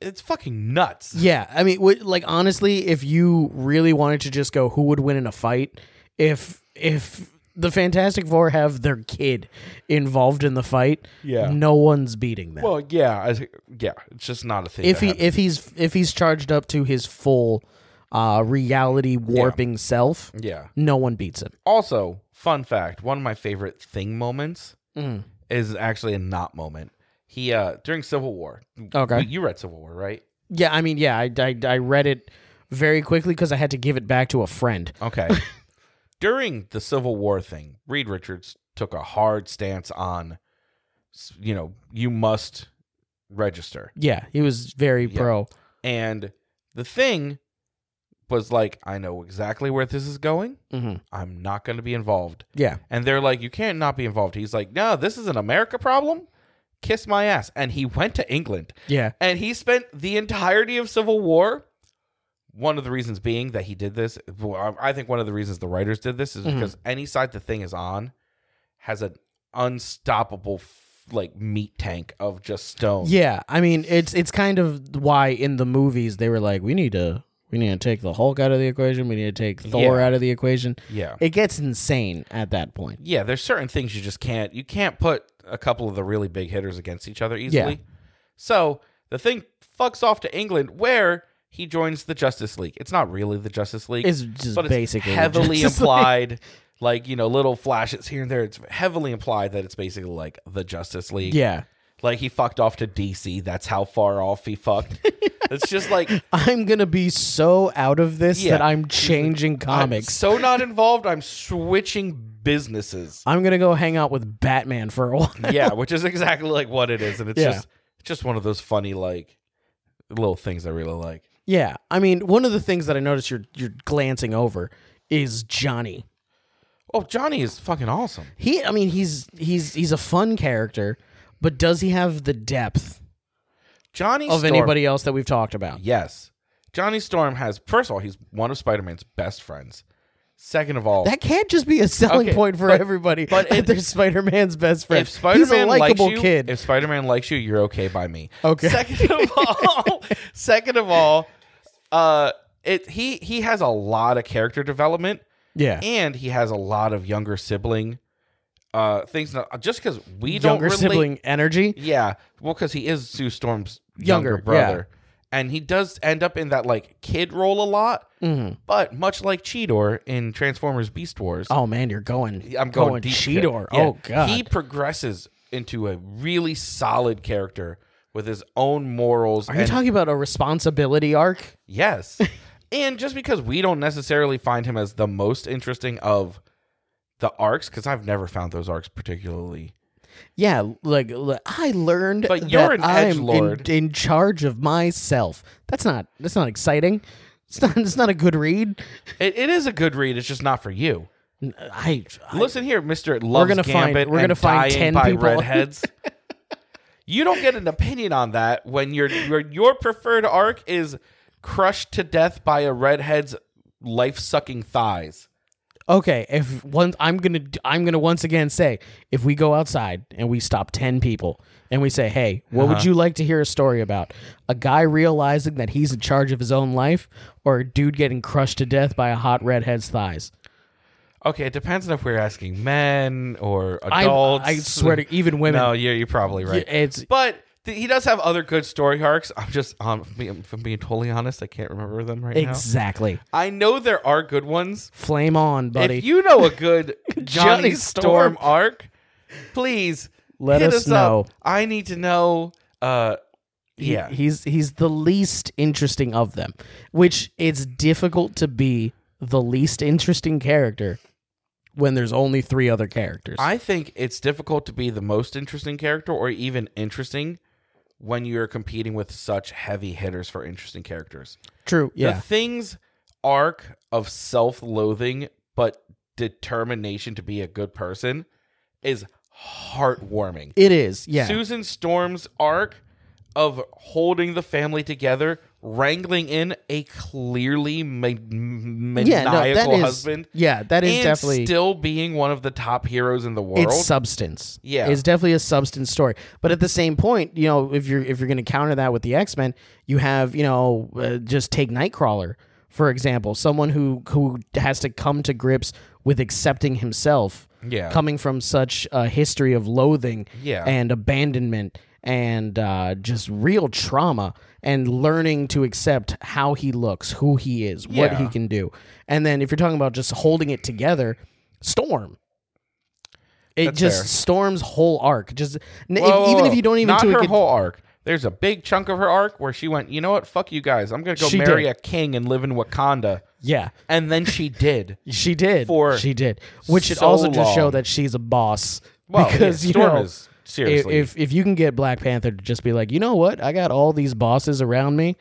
S1: it's fucking nuts.
S2: Yeah, I mean, would- like honestly, if you really wanted to just go, who would win in a fight? If if the Fantastic Four have their kid involved in the fight,
S1: Yeah.
S2: no one's beating them.
S1: Well, yeah, I, yeah, it's just not a thing.
S2: if
S1: that
S2: he
S1: happens.
S2: if he's if he's charged up to his full uh, reality warping self,
S1: yeah.
S2: no one beats him.
S1: Also, fun fact: one of my favorite thing moments is actually a not moment. He uh during Civil War.
S2: Okay.
S1: you, you read Civil War, right?
S2: Yeah, I mean, yeah, I I, I read it very quickly because I had to give it back to a friend.
S1: Okay. during the Civil War thing, Reed Richards took a hard stance on, s- you know, you must register,
S2: Yeah, he was very
S1: Yeah.
S2: pro.
S1: and the thing was like, I know exactly where this is going.
S2: hmm
S1: I'm not going to be involved.
S2: Yeah,
S1: And they're like, you can't not be involved. He's like, no, this is an America problem. Kiss my ass. And he went to England
S2: yeah,
S1: and he spent the entirety of Civil War. One of the reasons being that he did this, well, I I think one of the reasons the writers did this is because any side the thing is on has an unstoppable f- like meat tank of just stone.
S2: Yeah, I mean it's it's kind of why in the movies they were like, we need to we need to take the Hulk out of the equation, we need to take Thor
S1: Yeah.
S2: out of the equation.
S1: Yeah.
S2: It gets insane at that point.
S1: yeah, there's certain things you just can't you can't put a couple of the really big hitters against each other easily.
S2: Yeah.
S1: So the thing fucks off to England where he joins the Justice League. It's not really the Justice League.
S2: It's just
S1: but
S2: basically
S1: it's
S2: the
S1: heavily
S2: Justice League.
S1: implied, like, you know, little flashes here and there. It's heavily implied that it's basically like the Justice League.
S2: Yeah.
S1: Like he fucked off to DC. That's how far off he
S2: *laughs*
S1: fucked. it's just like
S2: I'm gonna be so out of this
S1: Yeah.
S2: that I'm changing
S1: I'm
S2: comics.
S1: so not involved. I'm switching businesses.
S2: I'm, gonna go hang out with Batman for a while. *laughs*
S1: yeah, which is exactly like what it is, and it's
S2: Yeah.
S1: just it's just one of those funny like little things I really like.
S2: yeah. I mean, one of the things that I noticed you're you're glancing over is Johnny.
S1: Oh, Johnny is fucking awesome.
S2: He I mean he's he's he's a fun character, but does he have the depth
S1: Johnny
S2: of
S1: Storm-
S2: anybody else that we've talked about?
S1: Yes, Johnny Storm has. First of all, he's one of Spider Man's best friends. Second of all,
S2: That can't just be a selling
S1: Okay,
S2: point for
S1: but-
S2: everybody.
S1: but
S2: But
S1: if-
S2: *laughs* they're Spider Man's best friend.
S1: if Spider Man
S2: he's a
S1: likes
S2: likable
S1: you,
S2: kid.
S1: if Spider Man likes you, you're okay by me.
S2: Okay.
S1: Second of
S2: *laughs*
S1: all, second of all, uh, it he he has a lot of character development.
S2: yeah,
S1: and he has a lot of younger sibling uh things not, just because we
S2: younger
S1: don't relate
S2: sibling energy.
S1: yeah well because he is sue storm's younger,
S2: Younger,
S1: brother and he does end up in that like kid role a lot
S2: Mm-hmm.
S1: but much like cheetor in transformers beast wars
S2: Oh man, you're going.
S1: i'm going, deep here.
S2: Cheetor.
S1: Yeah.
S2: Oh god.
S1: he progresses into a really solid character with his own morals
S2: Are you
S1: and-
S2: talking about a responsibility arc?
S1: Yes. and just because we don't necessarily find him as the most interesting of the arcs, because I've never found those arcs particularly.
S2: Yeah, like, like, I learned
S1: But
S2: that
S1: you're an
S2: I'm in-
S1: edgelord.
S2: in, charge of myself. That's not that's not exciting. It's not, it's not a good read.
S1: It, it is a good read. It's just not for you.
S2: I, I-
S1: Listen here, Mister Loves
S2: gonna find-
S1: Gambit.
S2: we're gonna
S1: and
S2: find
S1: Dying
S2: 10
S1: by
S2: people. *laughs*
S1: redheads. you don't get an opinion on that when your your your preferred arc is crushed to death by a redhead's life sucking thighs.
S2: okay. If one, I'm gonna d- I'm gonna once again say, if we go outside and we stop ten people and we say, hey, what
S1: Uh-huh.
S2: would you like to hear a story about? A guy realizing that he's in charge of his own life, or a dude getting crushed to death by a hot redhead's thighs?
S1: Okay, it depends on if we're asking men or
S2: I-
S1: adults.
S2: I swear to- even women.
S1: No, you're, you're probably right.
S2: It's
S1: but th- he does have other good story arcs. I'm just, um, if I'm- if I'm being totally honest, I can't remember them right now.
S2: exactly
S1: I know there are good ones.
S2: flame on, buddy.
S1: If you know a
S2: *laughs*
S1: good Johnny,
S2: Johnny
S1: Storm,
S2: Storm.
S1: arc, please
S2: Let
S1: hit
S2: us
S1: up.
S2: know.
S1: I need to know. Uh,
S2: He-
S1: yeah,
S2: he's he's the least interesting of them, which it's difficult to be the least interesting character when there's only three other characters.
S1: I think it's difficult to be the most interesting character, or even interesting, when you're competing with such heavy hitters for interesting characters.
S2: True.
S1: The
S2: Yeah.
S1: things arc of self-loathing but determination to be a good person is heartwarming.
S2: It is. Yeah.
S1: Susan Storm's arc of holding the family together, wrangling in a clearly ma- m-
S2: yeah. No, that
S1: maniacal
S2: is.
S1: husband,
S2: Yeah, that is
S1: and
S2: definitely.
S1: still being one of the top heroes in the world.
S2: It's substance.
S1: Yeah.
S2: it's definitely a substance story. But at the same point, you know, if you're if you're going to counter that with the X Men, you have you know uh, just take Nightcrawler for example, someone who who has to come to grips with accepting himself.
S1: Yeah.
S2: coming from such a history of loathing.
S1: Yeah.
S2: and abandonment and uh, just real trauma and learning to accept how he looks, who he is, what
S1: Yeah.
S2: he can do. And then if you're talking about just holding it together, Storm. It
S1: That's
S2: just
S1: fair.
S2: Storm's whole arc. Just n- if-
S1: Whoa, whoa,
S2: even
S1: whoa.
S2: if you don't even
S1: not
S2: do it,
S1: her
S2: get-
S1: whole arc. There's a big chunk of her arc where she went, you know what? Fuck you guys. I'm gonna go
S2: She
S1: marry
S2: did.
S1: a king and live in Wakanda.
S2: yeah,
S1: And then she
S2: *laughs*
S1: did.
S2: she did.
S1: For
S2: she did, which should
S1: so
S2: also just show
S1: long.
S2: that she's a boss.
S1: Well,
S2: because
S1: yeah,
S2: you
S1: Storm
S2: know,
S1: is seriously.
S2: If, if if you can get Black Panther to just be like, you know what, I got all these bosses around me,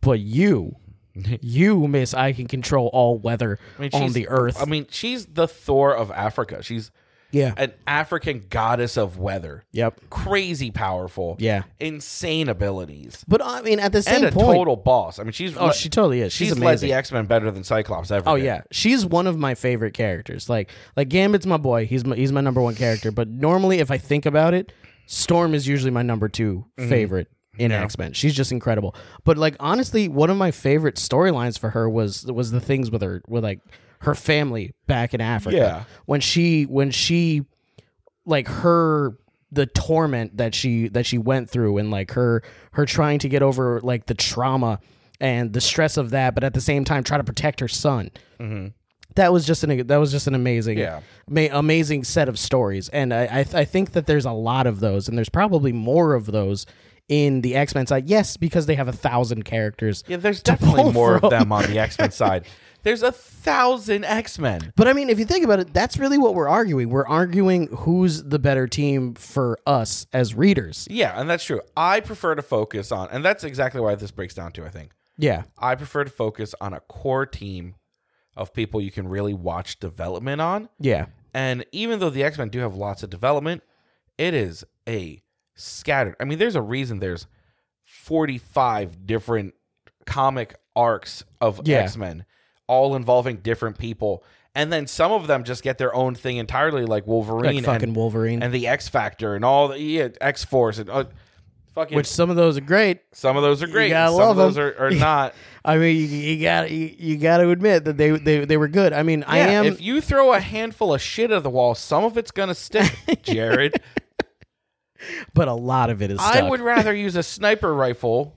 S2: but you, *laughs* you miss, I can control all weather
S1: I mean,
S2: on
S1: she's-
S2: the earth.
S1: I mean, she's the Thor of Africa. She's
S2: yeah.
S1: an African goddess of weather.
S2: yep.
S1: Crazy powerful.
S2: Yeah.
S1: Insane abilities.
S2: But I mean, at the same
S1: and a
S2: point,
S1: total boss. I mean, she's
S2: Oh, she totally is. She's
S1: she's led
S2: amazing.
S1: the X Men better than Cyclops ever.
S2: Oh
S1: did.
S2: yeah, she's one of my favorite characters. Like like Gambit's my boy. He's my he's my number one character. But normally, if I think about it, Storm is usually my number 2 favorite in X Men. She's just incredible. But like honestly, one of my favorite storylines for her was was the things with her with like her family back in Africa.
S1: Yeah.
S2: when she when she like her the torment that she that she went through and like her her trying to get over like the trauma and the stress of that but at the same time try to protect her son that was just an that was just an amazing
S1: Mm-hmm. Yeah.
S2: ma- amazing set of stories and I, I I think that there's a lot of those and there's probably more of those in the X-Men side yes because they have a thousand characters
S1: Yeah, there's definitely
S2: pull
S1: more of
S2: from.
S1: them
S2: *laughs*
S1: on the X Men side. There's a thousand X Men.
S2: But I mean, if you think about it, that's really what we're arguing. We're arguing who's the better team for us as readers.
S1: Yeah, and that's true. I prefer to focus on, and that's exactly why this breaks down to. I think
S2: Yeah.
S1: I prefer to focus on a core team of people you can really watch development on.
S2: Yeah.
S1: And even though the X Men do have lots of development, it is a scattered. I mean, there's a reason there's 45 different comic arcs of
S2: Yeah.
S1: X Men, all involving different people. And then some of them just get their own thing entirely, like Wolverine
S2: Like fucking
S1: and,
S2: Wolverine.
S1: and the X Factor and all the yeah, X Force and uh, fucking.
S2: Which some of those are great.
S1: some of those are great.
S2: gotta
S1: Some
S2: love
S1: of those
S2: 'em.
S1: are, are not.
S2: I mean, you, you got you, you got to admit that they, they they were good. I mean, I
S1: Yeah,
S2: am
S1: If you throw a handful of shit at the wall, some of it's gonna
S2: *laughs*
S1: stick, Jared.
S2: but a lot of it is
S1: I
S2: stuck.
S1: would rather use a sniper rifle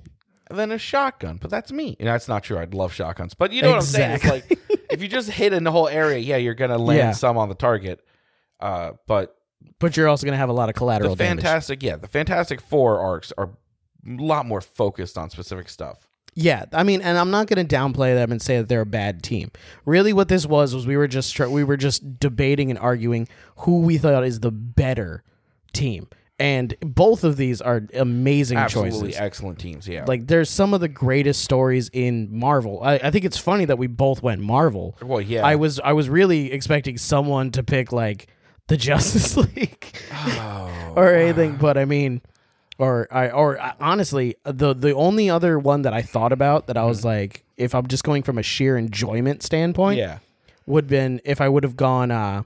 S1: than a shotgun, but that's me. And that's not true. I'd love shotguns, but you know what I'm saying? It's like if you just hit in the whole area, yeah, you're gonna land
S2: Yeah.
S1: some on the target. Uh, but
S2: but you're also going to have a lot of collateral
S1: the
S2: damage.
S1: fantastic, yeah, the Fantastic Four arcs are a lot more focused on specific stuff.
S2: Yeah, I mean, and I'm not going to downplay them and say that they're a bad team. Really, what this was was we were just tr- we were just debating and arguing who we thought is the better team, and both of these are amazing
S1: Absolutely
S2: choices.
S1: excellent teams. Yeah.
S2: Like there's some of the greatest stories in Marvel. I, I think it's funny that we both went Marvel.
S1: Well, yeah.
S2: I was I was really expecting someone to pick like the *laughs* Justice League
S1: Oh,
S2: or anything, but I mean, or I or I, honestly the the only other one that I thought about that I
S1: Mm-hmm.
S2: was like, if I'm just going from a sheer enjoyment standpoint,
S1: yeah.
S2: would been if I would have gone uh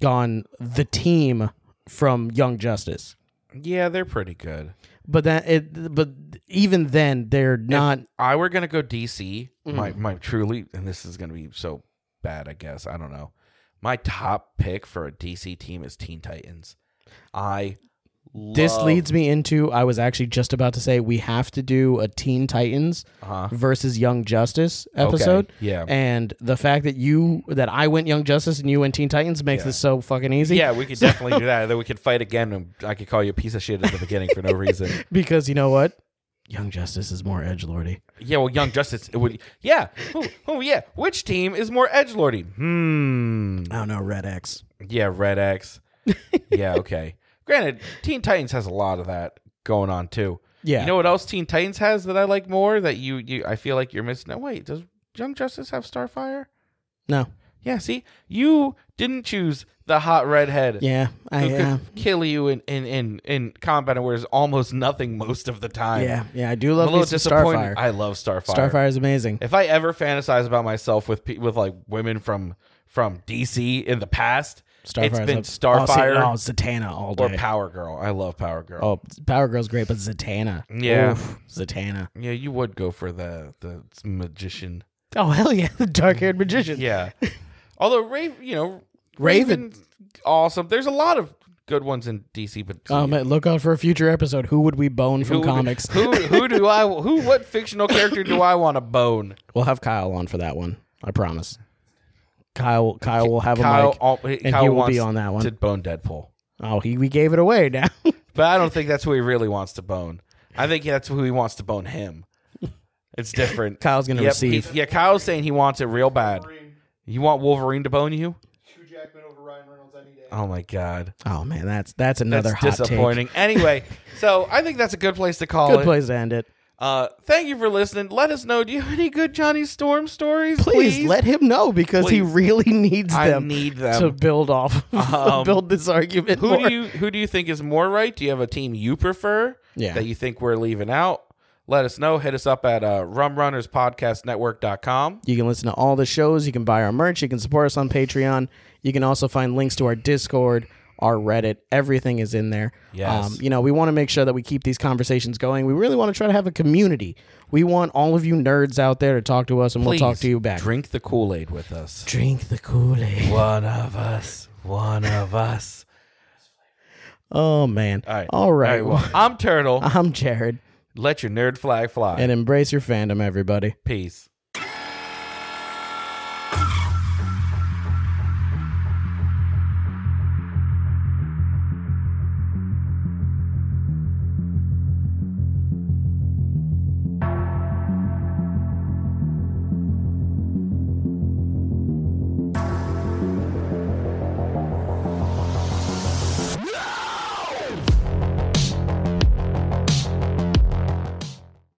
S2: gone the team from Young Justice.
S1: Yeah, they're pretty good.
S2: But that it but even then they're not
S1: I were gonna go DC.
S2: Mm.
S1: My my truly, and this is gonna be so bad. I guess I don't know. My top pick for a DC team is Teen Titans. I
S2: this
S1: love-
S2: leads me into I was actually just about to say we have to do a Teen Titans versus Young Justice episode.
S1: Uh-huh. yeah.
S2: And the fact that you that I went Young Justice and you went Teen Titans makes this *laughs* so fucking easy.
S1: Yeah, we could definitely do that. And then we could fight again, and I could call you a piece of shit at the beginning for no reason.
S2: *laughs* Because you know what? Young Justice is more edge lordy.
S1: Yeah, well, Young Justice. It would, yeah. Oh, oh, yeah. Which team is more edge lordy? Hmm.
S2: I don't know, Red X.
S1: Yeah, Red
S2: *laughs*
S1: X. Yeah, okay. Granted, Teen Titans has a lot of that going on too.
S2: Yeah.
S1: You know what else Teen Titans has that I like more? That you, you I feel like you're missing. No, wait. Does Young Justice have Starfire?
S2: No.
S1: Yeah. See, you didn't choose the hot redhead.
S2: Yeah. I
S1: Who could
S2: yeah.
S1: kill you in, in, in, in combat and wears almost nothing most of the time.
S2: Yeah. Yeah. I do
S1: I'm
S2: love
S1: a little
S2: me some
S1: disappointed.
S2: Starfire.
S1: I love Starfire.
S2: Starfire is amazing.
S1: If I ever fantasize about myself with pe- with like women from from DC in the past, it's
S2: Starfire's
S1: been
S2: up- Oh, see,
S1: Starfire
S2: Oh, Zatanna all
S1: or
S2: day.
S1: Power Girl. I love Power Girl.
S2: oh, Power Girl's great, but Zatanna.
S1: Yeah.
S2: Oof, Zatanna.
S1: Yeah, you would go for the the magician.
S2: Oh hell yeah, *laughs* the dark haired magician.
S1: Yeah. *laughs* Although Raven, you know,
S2: Raven.
S1: Raven's awesome. There's a lot of good ones in DC, but
S2: Um, look out for a future episode. Who would we bone from
S1: who,
S2: comics?
S1: Who who do I who what fictional character do I want to
S2: *laughs*
S1: bone?
S2: We'll have Kyle on for that one. I promise. Kyle, Kyle will have a
S1: Kyle,
S2: mic,
S1: all,
S2: and
S1: Kyle
S2: he will
S1: wants
S2: be on that one.
S1: to bone Deadpool.
S2: oh, he we gave it away now. *laughs*
S1: But I don't think that's who he really wants to bone. I think that's who he wants to bone him. It's different.
S2: *laughs* Kyle's gonna
S1: Yep,
S2: receive.
S1: he- yeah, Kyle's saying he wants it real bad. You want Wolverine to bone you? Oh my god,
S2: oh man, that's that's another
S1: that's
S2: hot
S1: disappointing. Anyway, so I think that's a good place to call
S2: Take. Good
S1: it.
S2: place to end it.
S1: Uh, thank you for listening. Let us know. Do you have any good Johnny Storm stories?
S2: Please, let him know because he
S1: Please.
S2: really *laughs* needs
S1: I
S2: them
S1: need
S2: to
S1: them.
S2: build off, *laughs*
S1: Um,
S2: build this argument.
S1: who
S2: more.
S1: do you who do you think is more right? Do you have a team you prefer
S2: Yeah.
S1: that you think we're leaving out? Let us know. Hit us up at uh, rumrunnerspodcastnetwork.com.
S2: You can listen to all the shows. You can buy our merch. You can support us on Patreon. You can also find links to our Discord, our Reddit. Everything is in there. Um,
S1: Yes.
S2: you know, we want to make sure that we keep these conversations going. We really want to try to have a community. We want all of you nerds out there to talk to us, and we'll talk
S1: Please
S2: to you back.
S1: Drink the Kool Aid with us.
S2: Drink the Kool Aid.
S1: One of us. One of us.
S2: Oh man.
S1: All right.
S2: All right. Uh-huh.
S1: well, I'm Turtle.
S2: *laughs* I'm Jared,
S1: Let your nerd flag fly.
S2: and embrace your fandom, everybody.
S1: Peace.